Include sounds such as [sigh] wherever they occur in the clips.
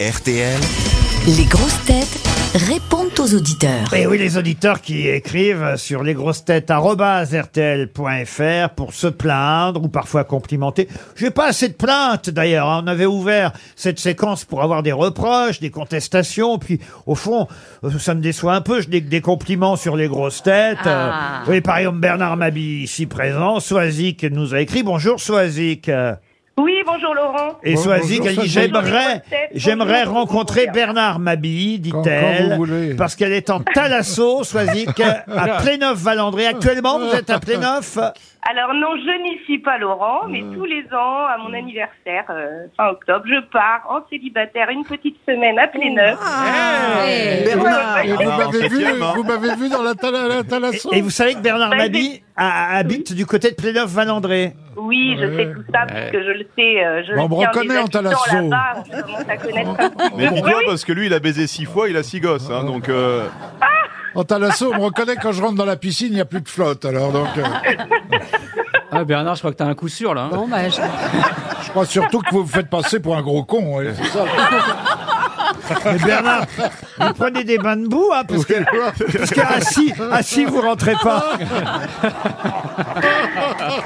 RTL. Les grosses têtes répondent aux auditeurs. Et Eh oui, les auditeurs qui écrivent sur lesgrossetêtes.rtl.fr pour se plaindre ou parfois complimenter. J'ai pas assez de plaintes d'ailleurs. hein. On avait ouvert cette séquence pour avoir des reproches, des contestations. Puis au fond, euh, ça me déçoit un peu. Je n'ai que des compliments sur les grosses têtes. Euh, Ah. oui, par exemple, Bernard Mabi ici présent. Soazic nous a écrit. Bonjour Soazic. Euh, Oui, bonjour Laurent. Et Bon- Soazic, bonjour, elle dit, Soazic. Bonjour, j'aimerais, les grosses têtes. j'aimerais Bonjour, rencontrer bonjour. Bernard Mabille, Quand- quand dit-elle, vous voulez. parce qu'elle est en Thalasso, Soazic, à Pléneuf-Valandré. Actuellement, vous êtes à Pléneuf. Alors non, je n'y suis pas Laurent, mais tous les ans, à mon anniversaire, euh, fin octobre, je pars en célibataire une petite semaine à Pléneuf. Bernard, bah. Ouais, ouais, et ouais. vous Ah, on m'avez s'en vu, fiche, hein. vous m'avez vu dans la thalasso. Et, et vous savez que Bernard Salut. Mabille a- habite du côté de Pléneuf-Valandré. Oui, je sais tout ça, parce que je le sais, euh, je Bah, on le me sais en les reconnaît en habitant Thalasso. là-bas, je commence à connaître. Mais Oui, dis-toi oui. parce que lui, il a baisé six fois, il a six gosses, hein, donc. euh, En thalasso, on me reconnaît quand je rentre dans la piscine, il n'y a plus de flotte. Alors donc, euh, Ah Bernard, je crois que t'as un coup sûr là. hein. bah, je crois surtout que vous vous faites passer pour un gros con. ouais, c'est ça. Ah Mais Bernard, vous prenez des bains de boue, hein, parce que, parce que ah, assis, assis, vous rentrez pas. Ah,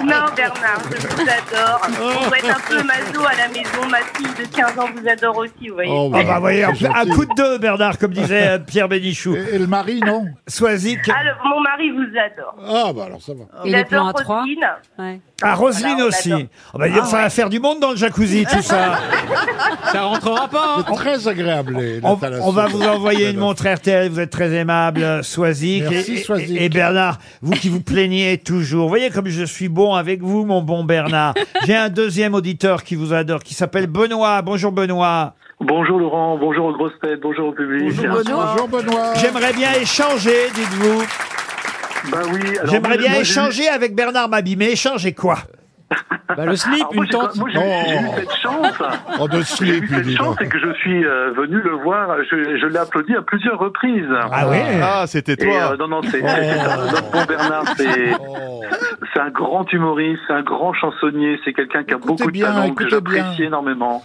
Non, Bernard, je vous adore. On doit être un peu maso à la maison. Ma fille de 15 ans vous adore aussi, vous voyez. Oh, Ah bah, vous voyez, c'est un gentil. coup de deux, Bernard, comme disait euh, Pierre Bénichou. Et, et le mari, non Soazic, Alors, Ah, mon mari vous adore. Ah bah alors ça va. Il Et les plans adore à trois Roselyne. à Roselyne Voilà, on aussi. adore. Ah bah, ça va faire du monde dans le jacuzzi, tout ça. Ça rentrera pas. hein. C'est très agréable. les- la On, thalasso. on va vous envoyer une montre RTL, vous êtes très aimable, euh, Soisic. Merci, et, et- Soisic. et Bernard, vous qui vous plaignez toujours. Vous voyez comme je suis bon avec vous, mon bon Bernard. J'ai un deuxième auditeur qui vous adore, qui s'appelle Benoît. Bonjour Benoît. Bonjour Laurent, bonjour aux grosses têtes, bonjour au public. Bonjour Benoît. J'aimerais bien échanger, dites-vous. Bah oui, alors, J'aimerais moi, bien moi, j'ai- échanger avec Bernard Mabi. Mais échanger quoi Bah, le slip, alors, moi, une j'ai- tente. Moi j'ai j'ai eu cette chance. Oh, de J'ai slip, eu il cette dit. chance, donc. c'est que je suis euh, venu le voir, je, je l'ai applaudi à plusieurs reprises. Ah oui Ah, c'était Et toi. euh, non, non, c'est c'est un- notre bon Bernard, c'est Oh. c'est un grand humoriste, c'est un grand chansonnier, c'est quelqu'un qui a Écoutez beaucoup bien, de talent, que écoutez j'apprécie bien. énormément.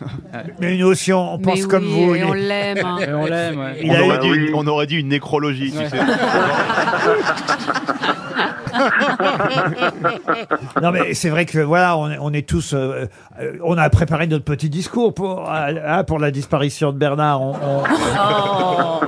Mais nous aussi, on, on pense Mais comme oui, vous. et Il- on l'aime. hein. Et Eh, on l'aime. ouais. il on, a eu- aurait dit oui. une, on aurait dit une nécrologie, tu sais. Non mais c'est vrai que voilà, on, est- on est tous, euh, euh, on a préparé notre petit discours pour euh, hein, pour la disparition de Bernard. On- on-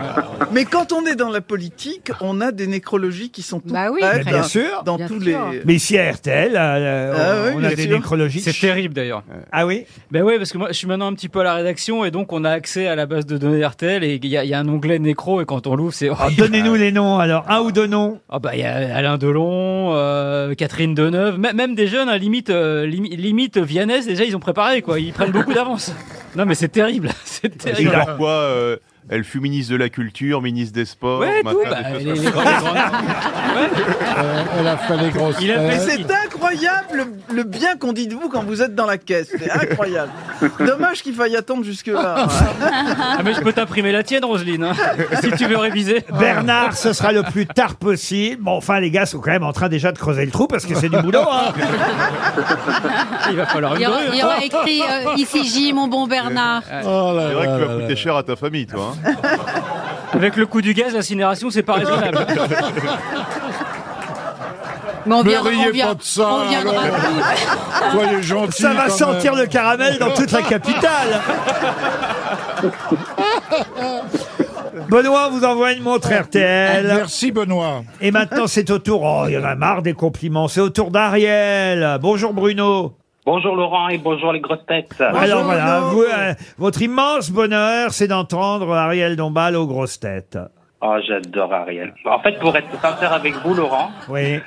Mais quand on est dans la politique, on a des nécrologies qui sont toutes Bah oui, Mais prêtes Très bien bien. dans, sûr. dans Bien tous sûr. les... Mais ici à RTL, euh, Ah on, oui, on a bien des sûr. nécrologies. C'est terrible d'ailleurs. Ah oui Ben ouais, parce que moi je suis maintenant un petit peu à la rédaction et donc on a accès à la base de données RTL et il y, a- il y a un onglet nécro et quand on l'ouvre Ah, c'est. Alors, Oh, Donnez-nous les noms, alors, un ou deux noms. Ah bah il y a Alain Delon, euh, Catherine Deneuve, mê- même des jeunes, hein, limite, euh, limi- limite Vianney, déjà ils ont préparé quoi, ils prennent beaucoup [laughs] d'avance. Non mais c'est terrible, [laughs] c'est C'est terrible. genre quoi euh, Elle fut ministre de la Culture, ministre des Sports. Ouais, tout. machin, bah, des choses les- comme les grands- les grands- Euh, elle a fait les grosses Il a fait Mais têtes. ses- c'est incroyable le- le bien qu'on dit de vous quand vous êtes dans la caisse. C'est incroyable. Dommage qu'il faille attendre jusque-là. Ah, mais je peux t'imprimer la tienne, Roselyne, [laughs] hein, si tu veux réviser. Ah. Bernard, ce sera le plus tard possible. Bon, enfin, les gars sont quand même en train déjà de creuser le trou parce que c'est du boulot. [laughs] hein. Il va falloir une Il y aura, grue. il y aura écrit euh, ici J, mon bon Bernard. Oh là C'est vrai là que tu là vas là. coûter cher à ta famille, toi. hein. Avec le coût du gaz, l'incinération, c'est pas raisonnable. Mais on Ne viendra, riez on vient- pas de ça, on viendra alors. tous. Soyez gentils. Ça va quand sentir même. le caramel dans toute [laughs] la capitale. Benoît on vous envoie une montre Ah, RTL. Merci Benoît. Et maintenant, c'est au tour. Oh, il y en a marre des compliments. C'est au tour d'Ariel. Bonjour, Bruno. Bonjour Laurent et bonjour les grosses têtes. Ah, Alors voilà, Bruno. vous, euh, votre immense bonheur, c'est d'entendre Ariel Dombal aux grosses têtes. Oh, j'adore Ariel. En fait, pour être sincère avec vous, Laurent, [laughs] Oui.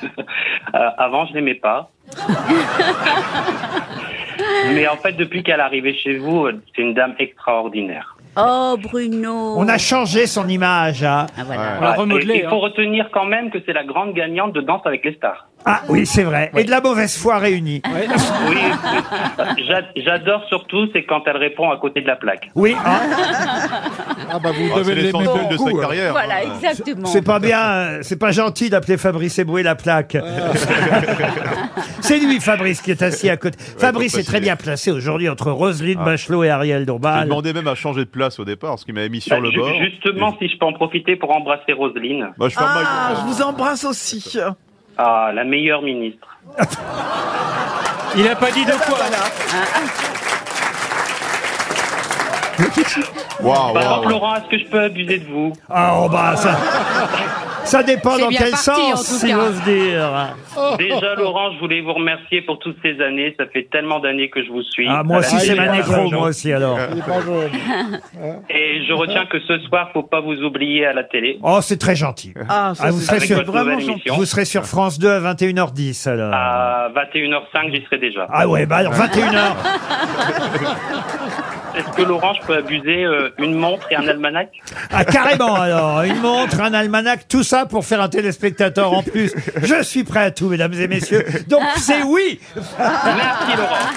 euh, avant, je [laughs] l'aimais pas. Mais en fait, depuis qu'elle est arrivée chez vous, euh, c'est une dame extraordinaire. Oh, Bruno. On a changé son image. hein. On l'a Ah Ouais. Et remodelé. Il hein. [laughs] faut retenir quand même que c'est la grande gagnante de Danse avec les stars. Ah oui, c'est vrai. Et de la mauvaise foi réunie. Oui, oui. J'a- j'adore surtout, c'est quand elle répond à côté de la plaque. Oui, ah, Ah bah vous Ah, devez c'est l'aimer l'essentiel de sa beaucoup. hein. carrière. Voilà, hein. exactement. c'est pas bien, euh, c'est pas gentil d'appeler Fabrice Eboué la plaque. [laughs] c'est lui, Fabrice, qui est assis à côté. Fabrice pas est très facile. bien placé aujourd'hui entre Roselyne Ah. Bachelot et Ariel J'ai Dombal. demandé même à changer de place au départ, parce qu'il m'avait mis sur Bah, le ju- bord. Justement, si je peux en profiter pour embrasser Roselyne, Moi, je ferme Ah, ma je [laughs] vous embrasse aussi. ah, la meilleure ministre. Oh. Il a pas dit de quoi. gueule. Waouh, Par waouh. exemple, Bah, Laurent, est-ce que je peux abuser de vous Ah, oh, bah, ça, ça dépend C'est dans bien quel parti, en sens, tout si cas. j'ose dire. Déjà, Laurent, je voulais vous remercier pour toutes ces années. Ça fait tellement d'années que je vous suis. Euh, Ah, moi À aussi, la c'est il est ma télévision. pas négro, jeune. moi aussi, alors. Il est pas jaune. Et je retiens que ce soir, faut pas vous oublier à la télé. Oh, c'est très gentil. Ah, Ah, ça, vous c'est serez Avec sûr, votre vraiment nouvelle gentil. émission. Ah. Vous serez sur France 2 à 21h10, alors. À 21h05, j'y serai déjà. Ah ouais, bah alors 21h. Est-ce que Laurent, je peux abuser euh, une montre et un almanach Ah, carrément, alors. Une montre, un almanach, tout ça pour faire un téléspectateur en plus. Je suis prêt à tout, mesdames et messieurs. Donc, c'est oui. Merci Laurent.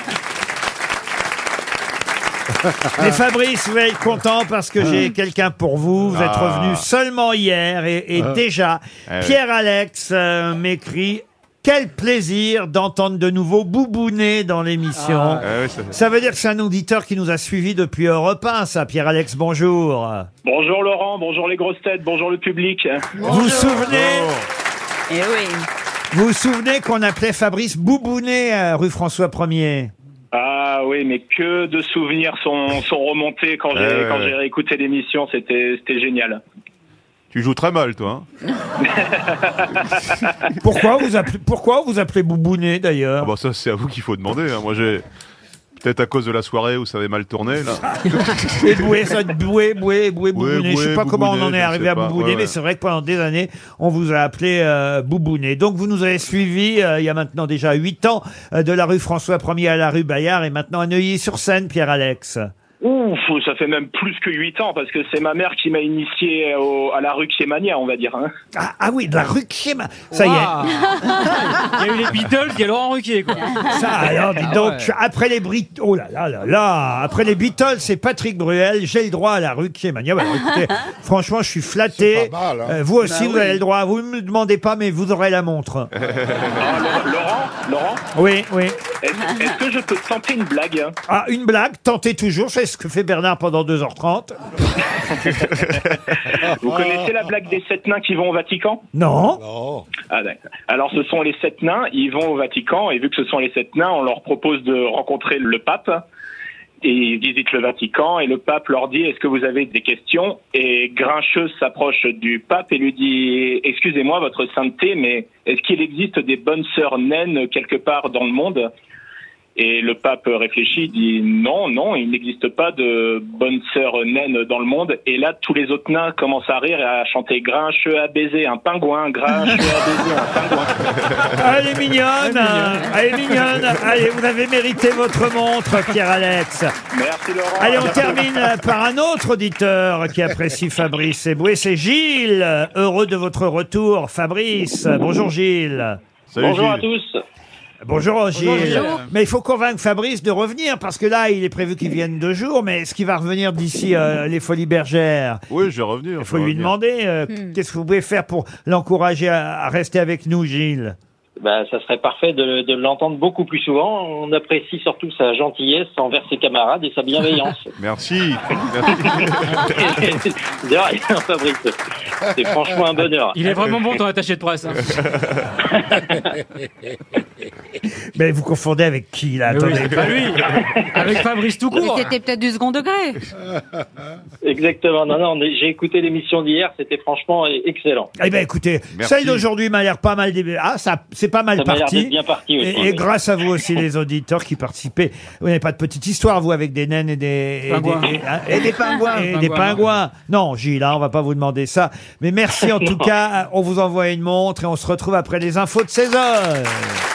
Mais Fabrice, vous êtes content parce que j'ai quelqu'un pour vous. Vous êtes Ah. revenu seulement hier et, et déjà, Eh oui. Pierre-Alex euh, m'écrit Quel plaisir d'entendre de nouveau boubouner dans l'émission. Ah ouais, ça- Ça veut dire que c'est un auditeur qui nous a suivis depuis Europe 1, ça. Pierre-Alex, bonjour. Bonjour Laurent, bonjour les grosses têtes, bonjour le public. Vous vous souvenez Eh oui. Vous vous souvenez qu'on appelait Fabrice Boubounet à rue François 1er Ah oui, mais que de souvenirs sont, sont remontés quand j'ai Ouais, quand ouais. j'ai réécouté l'émission, c'était c'était génial. Tu joues très mal, toi. hein. Pourquoi vous appelez, pourquoi vous appelez Boubounet d'ailleurs Ah bah ça, c'est à vous qu'il faut demander. hein. Moi, j'ai... Peut-être à cause de la soirée où ça avait mal tourné, là. Et boué, ça, boué, boué, boué, boubouné. je sais boué, pas comment on en boubouné, est je arrivé sais à pas. boubouné, Ouais, mais ouais. c'est vrai que pendant des années, on vous a appelé euh, boubouné. Donc vous nous avez suivis euh, il y a maintenant déjà huit ans euh, de la rue François 1er à la rue Bayard et maintenant à Neuilly-sur-Seine, Pierre-Alex. Ouf, ça fait même plus que 8 ans parce que c'est ma mère qui m'a initié au- à la rue Mania, on va dire. hein. Ah, ah oui, de la rue Kima. Ça y est. Waouh. Ah. Il y a eu les Beatles, il y a Laurent Ruquier, quoi. Ça, alors, dis Ah donc, ouais. je- après les Brit... Oh là là là là Après les Beatles, c'est Patrick Bruel, j'ai le droit à la rue qui est mania. Bah, écoutez, franchement, je suis flatté. C'est pas mal, hein. Euh, vous aussi, Bah vous oui. avez le droit. Vous ne me demandez pas, mais vous aurez la montre. Ah, Laurent, Laurent, Laurent, Oui, oui. est-ce est-ce que je peux te tenter une blague hein Ah, une blague, tentez toujours. C'est ce que fait Bernard pendant 2h30. Vous connaissez la blague des sept nains qui vont au Vatican Non Non. Ah, d'accord. Alors, ce sont les sept nains, ils vont au Vatican, et vu que ce sont les sept nains, on leur propose de rencontrer le pape. Et ils visitent le Vatican, et le pape leur dit Est-ce que vous avez des questions Et Grincheuse s'approche du pape et lui dit Excusez-moi, votre sainteté, mais est-ce qu'il existe des bonnes sœurs naines quelque part dans le monde et le pape réfléchit, dit non, non, il n'existe pas de bonne sœur naine dans le monde. Et là, tous les autres nains commencent à rire et à chanter Grinche à baiser un pingouin, Grinche à baiser un pingouin. Ah, Elle est mignonne hein. Elle est mignonne Allez, vous avez mérité votre montre, Pierre-Alex. Merci Laurent. Allez, on termine euh, par un autre auditeur qui apprécie Fabrice Eboué, c'est Gilles. Heureux de votre retour, Fabrice. Bonjour Gilles. Salut, Bonjour à Gilles. tous. Bonjour Gilles. Bonjour. Mais il faut convaincre Fabrice de revenir parce que là, il est prévu qu'il vienne deux jours, mais est-ce qu'il va revenir d'ici euh, les Folies Bergères Oui, je vais revenir. Il je faut vais lui revenir. demander euh, qu'est-ce que vous pouvez faire pour l'encourager à, à rester avec nous, Gilles. Bah, ça serait parfait de, de l'entendre beaucoup plus souvent. On apprécie surtout sa gentillesse envers ses camarades et sa [laughs] bienveillance. Merci. Merci. de rien, Fabrice. C'est franchement un bonheur. Il est vraiment bon ton attaché de presse. hein. Mais vous confondez avec qui là Mais oui, Attendez. c'est pas lui. Avec Fabrice tout Mais court. c'était peut-être du second degré. Exactement. Non, non, on est- j'ai écouté l'émission d'hier. C'était franchement excellent. Eh ben écoutez, Merci. celle d'aujourd'hui m'a l'air pas mal. dé- Ah, ça, c'est pas mal Ça m'a l'air parti. d'être bien parti aussi. Et, et grâce à vous aussi, les auditeurs qui participaient. Vous n'avez pas de petite histoire, vous, avec des naines et des. et Pingouins. des- et- et- Et des pingouins. et des pingouins. Non, Gilles, hein, on va pas vous demander ça. Mais merci en tout cas. On vous envoie une montre et on se retrouve après les infos de 16 heures.